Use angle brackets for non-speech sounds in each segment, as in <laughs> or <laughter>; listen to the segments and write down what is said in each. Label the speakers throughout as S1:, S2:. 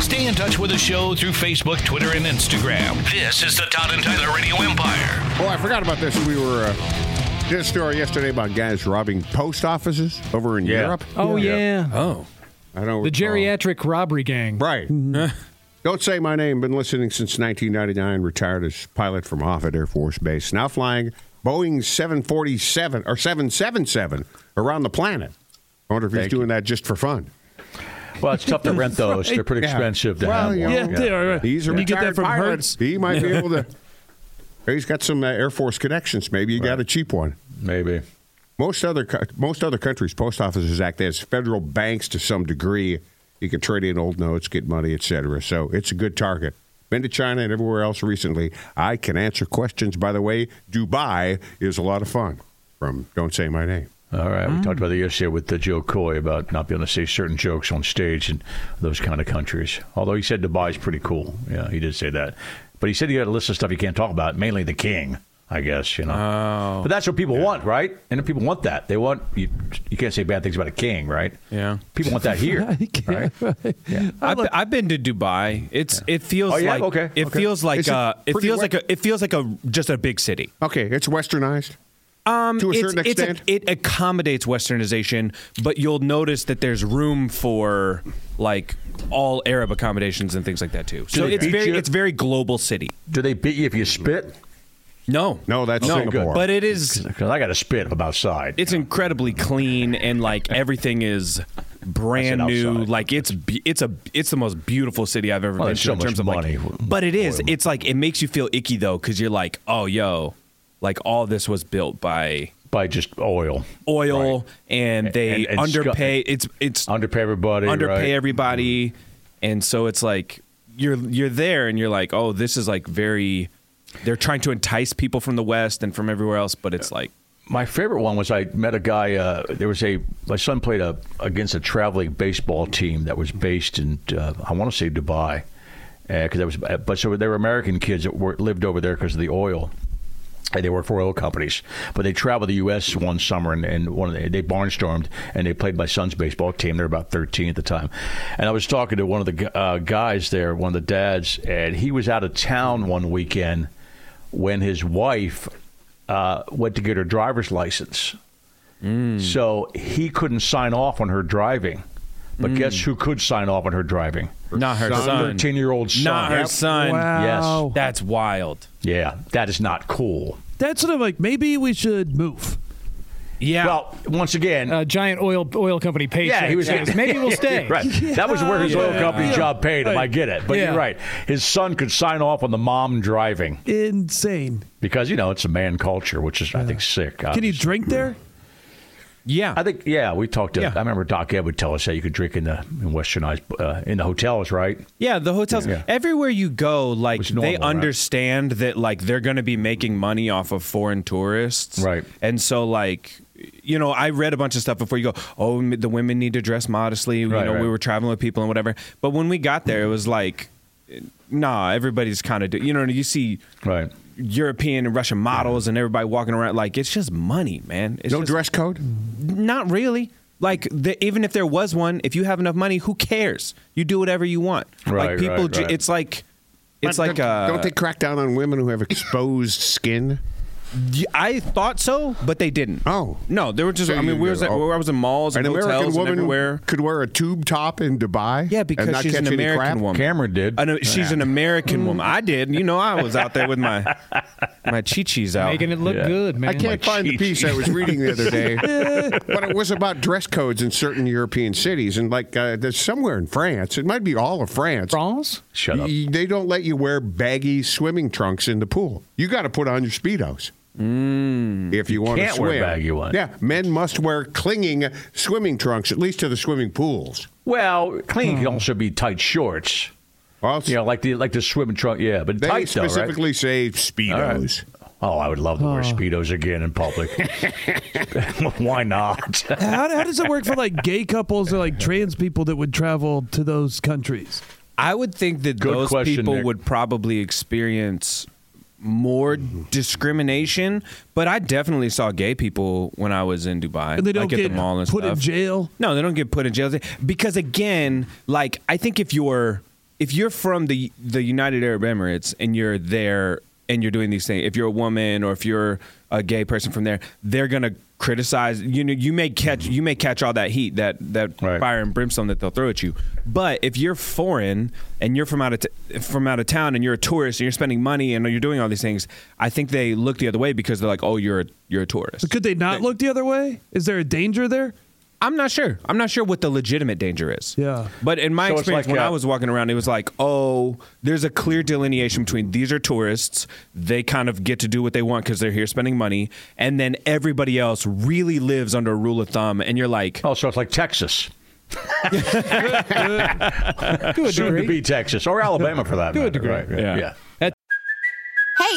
S1: Stay in touch with the show through Facebook, Twitter, and Instagram. This is the Todd and Tyler Radio Empire.
S2: Oh, I forgot about this. We were uh, did a story yesterday about guys robbing post offices over in
S3: Yeah.
S2: Europe.
S4: Oh yeah,
S3: Oh.
S2: I don't
S4: the Mm-hmm.
S2: recall.
S4: geriatric robbery gang.
S2: Right. <laughs> Don't say my name. Been listening since 1999. Retired as pilot from Offutt Air Force Base. Now flying Boeing 747 or 777 around the planet. I wonder if he's
S3: Thank
S2: doing that just for fun.
S3: Well, it's tough to
S4: <laughs>
S3: rent those. They're pretty
S2: Yeah.
S3: expensive to
S2: Well,
S3: have.
S2: you
S3: one.
S2: know,
S4: Yeah, they are.
S2: He's a
S4: Uh, You
S2: retired
S4: get that from
S2: pilot.
S4: Hertz.
S2: He
S4: <laughs>
S2: might be able to. He's got some uh, Air Force connections. Maybe he got a cheap one.
S3: Maybe.
S2: Most other co- most other countries' post offices act as federal banks to some degree. You can trade in old notes, get money, etc. So it's a good target. Been to China and everywhere else recently. I can answer questions. By the way, Dubai is a lot of fun. From Don't Say My Name.
S3: All right. We
S5: Mm.
S3: talked about that yesterday with the Joe Coy about not being able to say certain jokes on stage in those kind of countries. Although he said Dubai's pretty cool. Yeah, he did say that. But he said you got a list of stuff you can't talk about, mainly the king, I guess, you know.
S5: Oh.
S3: But that's what people want, right? And if people want that. They want you you can't say bad things about a king, right?
S5: Yeah.
S3: People want that
S5: <laughs>
S3: here. right?
S5: I've, I've been to Dubai. It's it feels
S3: Oh, yeah?
S5: like
S3: Okay,
S5: it
S3: okay.
S5: feels like
S2: Is it
S5: uh, it
S2: pretty
S5: feels
S2: wet?
S5: like a, it feels like a just a big city.
S2: Okay, it's westernized. Um, to a
S5: It's-
S2: certain
S5: it's a-
S2: extent.
S5: it accommodates westernization, but you'll notice that there's room for like all Arab accommodations and things like that too. So
S3: they
S5: it's
S3: beat
S5: very
S3: you?
S5: it's very global city.
S3: Do they beat you if you spit?
S5: No,
S2: no, that's
S3: No,
S2: Singapore.
S3: good.
S5: but it is
S3: Because I got to spit if I'm outside.
S5: it's incredibly clean and like everything is brand
S3: I said
S5: new.
S3: outside.
S5: Like it's be- it's a it's the most beautiful city I've ever
S3: Well,
S5: been
S3: there's
S5: to
S3: so
S5: in terms
S3: much
S5: of
S3: money.
S5: like. But it is. It's like it makes you feel icky though because you're like, oh yo, like all this was built by
S3: by just oil.
S5: oil and they
S3: And- and
S5: underpay.
S3: scu-
S5: it's it's
S3: Underpay everybody.
S5: underpay
S3: right? Mm-hmm.
S5: everybody, and so it's like you're you're there and you're like, oh, this is like very. They're trying to entice people from the West and from everywhere else, but it's like
S3: My favorite one was I met a guy. Uh, there was a my son played a, against a traveling baseball team that was based in uh, I want to say Dubai, because that was uh, but so they were American kids that were, lived over there because of the oil. And they work for oil companies, but they traveled the U.S. one summer and, and one of the, they barnstormed and they played my son's baseball team. They're about 13 at the time, and I was talking to one of the gu- uh, guys there, one of the dads, and he was out of town one weekend when his wife uh, went to get her driver's license.
S5: Hmm.
S3: So he couldn't sign off on her driving.
S5: Hmm.
S3: But guess who could sign off on her driving?
S5: not her
S2: son.
S5: son,
S3: 13 year old son.
S5: not her
S3: Yep.
S5: son.
S3: Wow.
S5: That's wild.
S3: Yeah, that is not cool.
S4: That's what I'm like. Maybe we should move.
S5: Yeah.
S3: Well, once again,
S4: Uh,
S6: a giant oil oil company paycheck.
S3: yeah, he was.
S6: Yes, Maybe <laughs> we'll stay.
S3: right.
S4: <laughs>
S3: That was where his oil company job paid him. I get it. But
S4: Yeah.
S3: you're right. His son could sign off on the mom driving
S4: Insane.
S3: because, you know, it's a man culture, which is, I think, sick.
S4: Can you
S3: obviously.
S4: drink there?
S5: yeah.
S3: I think yeah, we talked. To,
S5: Yeah.
S3: I remember Doc Ed would tell us that you could drink in the in westernized uh, in the hotels, right?
S5: yeah, the hotels
S3: Yeah.
S5: everywhere you go, like
S3: It's normal,
S5: they
S3: right?
S5: understand that like they're going to be making money off of foreign tourists.
S3: Right.
S5: And so like you know, I read a bunch of stuff before you go, "Oh, m- the women need to dress modestly." You
S3: Right,
S5: know,
S3: right.
S5: we were traveling with people and whatever. But when we got there, it was like nah, everybody's kind of, do- you know, you see
S3: right.
S5: European and Russian models and everybody walking around like it's just money, man. It's
S2: No
S5: just-
S2: dress code?
S5: Not really. Like the, even if there was one, if you have enough money, who cares? You do whatever you want.
S3: Right,
S5: like people,
S3: right,
S5: ju-
S3: right.
S5: it's like it's
S2: But
S5: like
S2: don't,
S5: uh,
S2: don't they crack down on women who have exposed skin?
S5: Y- I thought so, but they didn't.
S2: Oh.
S5: no, they were just.
S2: So
S5: I mean,
S2: you
S5: we was at,
S2: know, oh.
S5: I was in malls
S2: An
S5: and
S2: American
S5: hotels and
S2: woman
S5: everywhere.
S2: could wear a tube top in Dubai.
S5: Yeah,
S2: and
S5: because
S2: not
S5: she's
S2: catch
S5: an
S2: any
S5: American
S2: crap?
S5: woman.
S3: Cameron did.
S5: I know- she's an
S2: <laughs>
S5: American woman. I did. You know, I was out there with my my chichis out.
S6: Making it look
S3: Yeah.
S6: good, man.
S2: I can't find the piece I was reading the other
S3: <laughs>
S2: day, but it was about dress codes in certain European cities, and like uh, there's somewhere in France, it might be all of France.
S6: France?
S3: Shut up.
S2: y- They don't let you wear baggy swimming trunks in the pool. You got to put on your speedos if you, want to
S3: Mm. can't
S2: swim.
S3: wear baggy ones.
S2: Yeah, men must wear clinging swimming trunks at least to the swimming pools.
S3: Well, clean can also be tight shorts.
S2: Also,
S3: You know, like the like the swimming trunk. Yeah, but
S2: they
S3: tight though, right?
S2: specifically say speedos.
S3: Oh, I would love to wear speedos again in public. <laughs> Why not?
S4: How, how does it work for like gay couples or like trans people that would travel to those countries?
S5: I would think that
S3: Good
S5: those
S3: question,
S5: people
S3: Nick.
S5: would probably experience more
S3: Mm-hmm.
S5: discrimination, but I definitely saw gay people when I was in Dubai.
S4: And they don't
S5: like at
S4: get
S5: the mall and
S4: put in
S5: stuff.
S4: jail?
S5: No, they don't get put in jail because again, like I think if you're if you're from the the United Arab Emirates and you're there and you're doing these things, if you're a woman or if you're a gay person from there, they're gonna criticize. You know, you may catch you may catch all that heat that that
S3: Right.
S5: fire and brimstone that they'll throw at you. But if you're foreign and you're from out of t- from out of town and you're a tourist and you're spending money and you're doing all these things, I think they look the other way because they're like, oh, you're a, you're a tourist.
S4: Could they not look the other way? Is there a danger there?
S5: I'm not sure. I'm not sure what the legitimate danger is.
S4: Yeah.
S5: But in my
S3: So it's
S5: experience,
S3: like,
S5: when
S3: uh,
S5: I was walking around, it was like, oh, there's a clear delineation between these are tourists. They kind of get to do what they want because they're here spending money. And then everybody else really lives under a rule of thumb. And you're like,
S3: Oh, so it's like Texas.
S6: To a
S3: Soon to
S6: degree.
S3: be Texas or Alabama for that
S6: To a
S3: matter,
S6: degree.
S3: right?
S5: Yeah.
S7: Hey,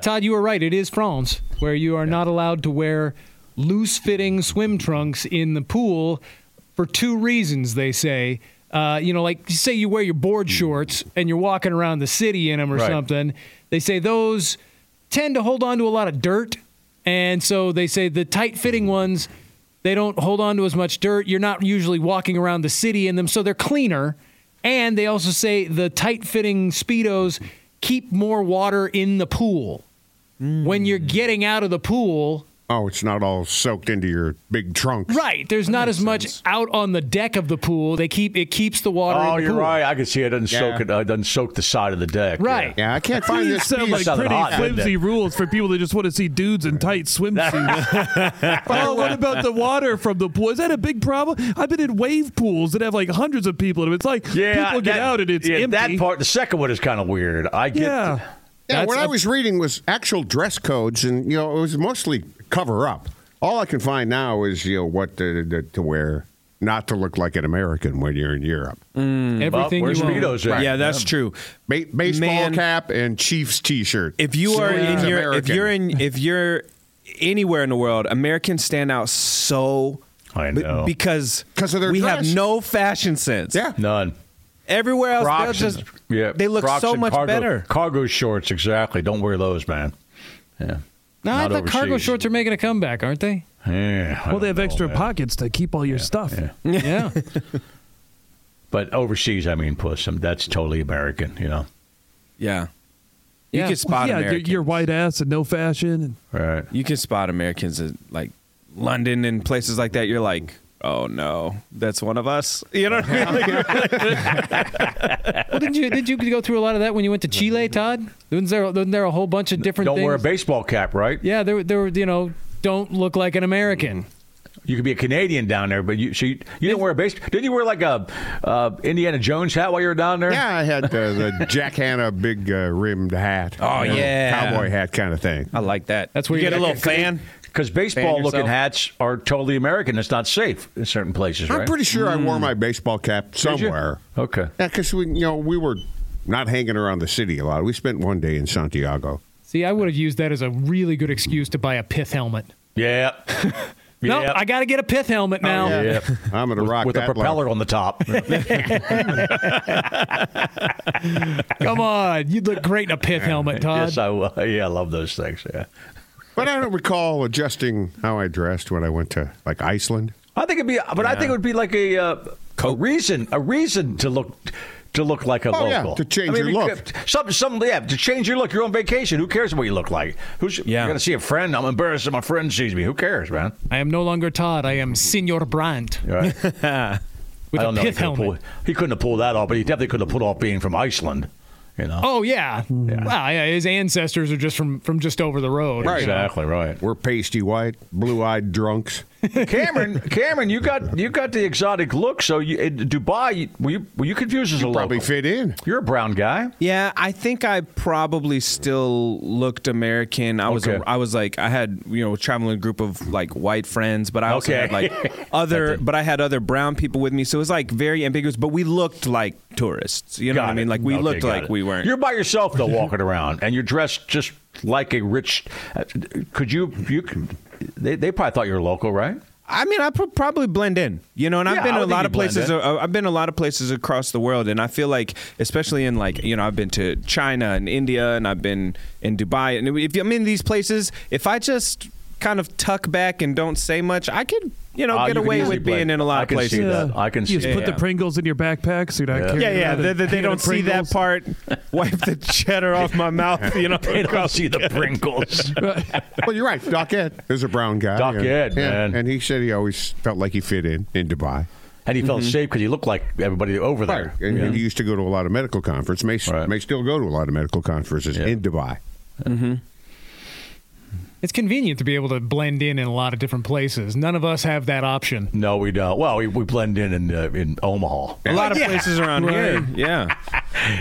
S6: Todd, you were right. It is France where you are not allowed to wear loose fitting swim trunks in the pool for two reasons, they say. Uh, you know, like say you wear your board shorts and you're walking around the city in them or
S3: Right.
S6: something. They say those tend to hold on to a lot of dirt. And so they say the tight fitting ones, they don't hold on to as much dirt. You're not usually walking around the city in them. So they're cleaner. And they also say the tight fitting Speedos keep more water in the pool when
S3: Hmm.
S6: you're getting out of the pool.
S2: Oh, it's not all soaked into your big trunk.
S6: Right, there's not as much out on the deck of the pool. They keep it keeps the water. in
S3: Oh,
S6: the
S3: you're
S6: pool.
S3: right. I can see it doesn't soak
S2: Yeah.
S3: it. Uh, it doesn't soak the side of the deck.
S6: Right.
S2: Yeah, I can't find
S4: These
S2: this
S4: sound
S2: piece.
S4: like
S3: Sounded
S4: pretty
S3: hot, didn't
S4: flimsy
S3: it?
S4: rules for people that just want to see dudes in tight swimsuits.
S3: <laughs>
S4: oh, what about the water from the pool? Is that a big problem? I've been in wave pools that have like hundreds of people, and it's like
S3: Yeah.
S4: people get
S3: that-
S4: out and it's
S3: yeah,
S4: empty.
S3: That part, the second one is kind of weird. I get.
S4: yeah.
S2: Yeah,
S6: That's
S2: what I
S6: a-
S2: was reading was actual dress codes, and you know, it was mostly cover up. All I can find now is you know what to, to, to wear, not to look like an American when you're in Europe.
S6: Everything
S3: Hmm, where's
S6: you own.
S3: Speedos at?
S5: yeah, that's true.
S2: Ba- baseball
S5: Man.
S2: cap and Chiefs T-shirt.
S5: If you are
S2: Sweet
S5: in your, if
S2: American.
S5: you're in, if you're anywhere in the world, Americans stand out so.
S3: I
S5: be-
S3: know.
S5: because
S2: 'Cause of their
S5: we
S2: dress.
S5: have no fashion sense.
S2: yeah,
S3: None.
S5: Everywhere else,
S3: Crocs.
S5: they'll
S3: and-
S5: just
S3: yeah.
S5: they look
S3: Crocs
S5: so
S3: and
S5: much
S3: cargo,
S5: better.
S3: Cargo shorts, exactly. Don't wear those, man. Yeah.
S6: No, I
S3: Not
S6: thought cargo
S3: overseas. Oh,
S6: shorts are making a comeback, aren't they?
S3: Yeah. I
S4: Well, they
S3: don't
S4: have
S3: know,
S4: extra
S3: man. <laughs>
S4: pockets to keep all your stuff.
S6: Yeah.
S3: But overseas, I mean, puss. um, That's totally American, you know.
S5: Yeah.
S3: You can spot
S4: yeah, your,
S3: Americans.
S4: your white ass and no fashion. And,
S3: Right.
S5: You can spot Americans in like London and places like that. You're like, oh no, that's one of us. <laughs> You know what I mean?
S6: Well, did you did you go through a lot of that when you went to Chile, Todd? Wasn't there, wasn't there a whole bunch of different
S3: Don't
S6: things?
S3: wear a baseball cap, right?
S6: yeah, there, were- there were, you know, don't look like an American.
S3: You could be a Canadian down there, but you so you, you didn't wear a base. Didn't you wear like a uh, Indiana Jones hat while you were down there?
S2: Yeah, I had uh, the Jack Hanna big uh, rimmed hat.
S3: Oh,
S2: You know,
S3: yeah.
S2: cowboy hat kind of thing.
S5: I like that.
S6: That's where You you get a get- little fan?
S3: because baseball looking
S2: yourself?
S3: hats are totally American. It's not safe in certain places, right?
S2: I'm pretty sure I
S5: Mm.
S2: wore my baseball cap
S3: you?
S2: somewhere.
S3: Okay.
S2: Yeah, because we, you know, we were not hanging around the city a lot. We spent one day in Santiago.
S6: See, I would have used that as a really good excuse to buy a pith helmet.
S3: Yeah.
S6: No,
S3: Yeah. Oh,
S6: I got to get a pith helmet now.
S3: Yeah.
S2: I'm gonna rock
S3: with
S2: that
S3: a
S2: luck.
S3: propeller on the top.
S6: Come on, you'd look great in a pith helmet, Todd.
S3: <laughs> yes, I will. Yeah, I love those things. Yeah.
S2: But I don't recall adjusting how I dressed when I went to like Iceland.
S3: I think it'd be, but I think it would be like a, uh, a reason, a reason to look to look like a
S2: Oh,
S3: local.
S2: yeah, to change
S3: I mean,
S2: your
S3: you
S2: look.
S3: could- Some, some, yeah, to change your look. You're on vacation. Who cares what you look like? Who's yeah. going to see a friend? I'm embarrassed if my friend sees me. Who
S6: <laughs>
S3: cares, man?
S6: I am no longer Todd. I am Senor Brandt.
S3: You're right.
S6: With
S3: I
S6: a
S3: don't know.
S6: pith
S3: he, could've
S6: helmet.
S3: pulled, he couldn't have pulled that off, but he definitely could have pulled off being from Iceland. You know.
S6: Oh yeah. Wow, yeah, his ancestors are just from from just over the road. you know.
S3: Exactly right.
S2: We're pasty white, blue eyed drunks.
S3: Cameron, <laughs> Cameron, you got you got the exotic look. So you, in Dubai, you- were you were you confused as a
S2: Probably
S3: local?
S2: fit in.
S3: You're a brown guy.
S5: <laughs> Yeah, I think I probably still looked American. I was
S3: Okay.
S5: I was like I had you know a traveling group of like white friends, but I also
S3: Okay. <laughs>
S5: had like other but I had other brown people with me, so it was like very ambiguous. But we looked like tourists, you know
S3: Got
S5: what I mean?
S3: it.
S5: Like we
S3: Okay,
S5: looked
S3: got
S5: like
S3: it.
S5: we weren't.
S3: You're by yourself though, walking around, and you're dressed just like a rich. uh, Could you you? They, they probably thought you were local,
S5: <laughs>
S3: right?
S5: I mean, I pro- probably blend in, you know, and
S3: Yeah,
S5: I've been
S3: I
S5: to a
S3: would think
S5: lot
S3: you
S5: of places.
S3: blend
S5: uh, I've been to a lot of places across the world, and I feel like, especially in like, you know, I've been to China and India, and I've been in Dubai, and if I'm in these places, if I just kind of tuck back and don't say much, I could, you know,
S3: Ah,
S5: get
S3: you can
S5: away
S3: easily
S5: with being
S3: blend.
S5: in a lot
S3: I
S5: of
S3: can see
S5: places.
S3: that. I can
S4: you
S3: see.
S4: just put the
S3: that.
S4: Pringles in your backpack so you're not
S3: Yeah.
S4: carrying
S5: Yeah, yeah,
S4: around a
S5: they, they- they
S4: can of
S5: don't see that
S4: Pringles.
S5: part.
S3: <laughs>
S5: Wipe the cheddar off my mouth, you know.
S3: They don't see the Pringles.
S2: Well, you're right. Doc Ed is a brown guy.
S3: Doc
S2: and,
S3: Ed,
S2: yeah,
S3: man.
S2: And he said he always felt like he fit in in Dubai.
S3: <laughs> and he
S5: Mm-hmm.
S3: felt safe because he looked like everybody over there.
S2: And
S3: Yeah.
S2: he used to go to a lot of medical conference. May, may still go to a lot of medical conferences in Dubai.
S6: It's convenient to be able to blend in in a lot of different places. None of us have that option.
S3: No, we don't. Well, we, we blend in in, uh, in Omaha.
S5: A lot of
S6: Yeah.
S5: places around here. <laughs> Yeah.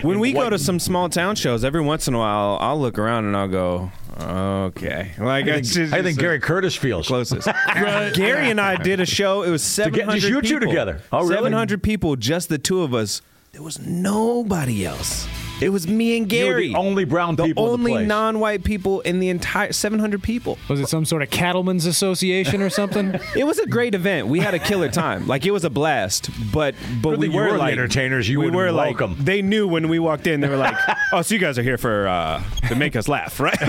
S5: When we go to some small town shows, every once in a while, I'll look around and I'll go, okay. Like
S3: I
S5: it's
S3: think,
S5: <laughs> just- uh,
S3: I think Gary Curtis feels.
S5: <laughs> closest. Gary and I did a show. It was
S3: get- just
S5: 700
S3: you two
S5: people.
S3: together. Oh, really?
S5: 700 people, just the two of us. There was nobody else. It was me and
S3: You were
S5: Gary.
S3: the only brown
S5: The
S3: people in the
S5: only
S3: place.
S5: non-white people in the entire 700 people.
S6: Was it some sort of cattlemen's association or
S4: <laughs>
S6: something?
S5: It was a great event. We had a killer time. Like it was a blast. But but
S3: Really,
S5: we
S3: you
S5: were
S3: were the
S5: like
S3: entertainers. You
S5: we
S3: would've been
S5: were
S3: welcome.
S5: Like, they knew when we walked in. They were like, <laughs> "Oh, so you guys are here for uh, to make us
S3: <laughs>
S5: laugh, right?"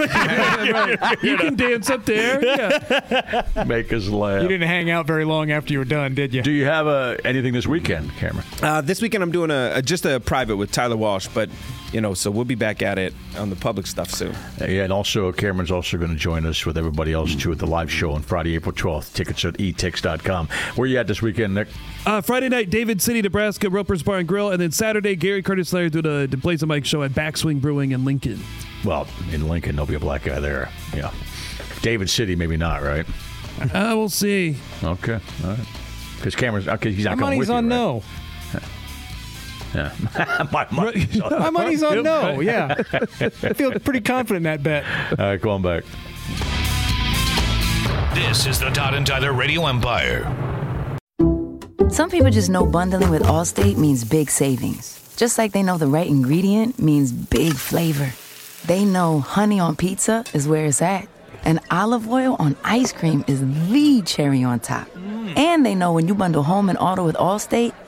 S4: You can dance up there. Yeah.
S3: Make us laugh.
S6: You didn't hang out very long after you were done, did you?
S3: Do you have uh, anything this weekend, Cameron?
S5: Uh, this weekend I'm doing a, a just a private with Tyler Walsh, but you know, so we'll be back at it on the public stuff soon.
S3: Uh, Yeah, and also Cameron's also going to join us with everybody else too at the live show on Friday, April 12th. Tickets at etix.com. Where you at this weekend, Nick?
S4: Uh, Friday night, David City, Nebraska, Roper's Bar and Grill, and then Saturday, Gary Curtis and I do the, the Blaze and Mike show at Backswing Brewing in Lincoln.
S6: <laughs>
S3: Well, in Lincoln, there'll be a black guy there. Yeah. David City, maybe not, right?
S4: Uh, we'll see.
S3: Okay. All right. Because Cameron's, okay, he's not
S6: My
S3: going with
S6: money's
S3: you,
S6: on
S3: right?
S6: no.
S3: Yeah. <laughs> My money's on
S6: <laughs> My money's
S4: <laughs> Yep.
S6: on no.
S3: <laughs>
S6: Yeah, I feel pretty confident in that bet.
S3: All right, go on back.
S1: This is the Todd and Tyler Radio Empire.
S8: Some people just know bundling with Allstate means big savings. Just like they know the right ingredient means big flavor. They know honey on pizza is where it's at, and olive oil on ice cream is the cherry on top. And they know when you bundle home and auto with Allstate,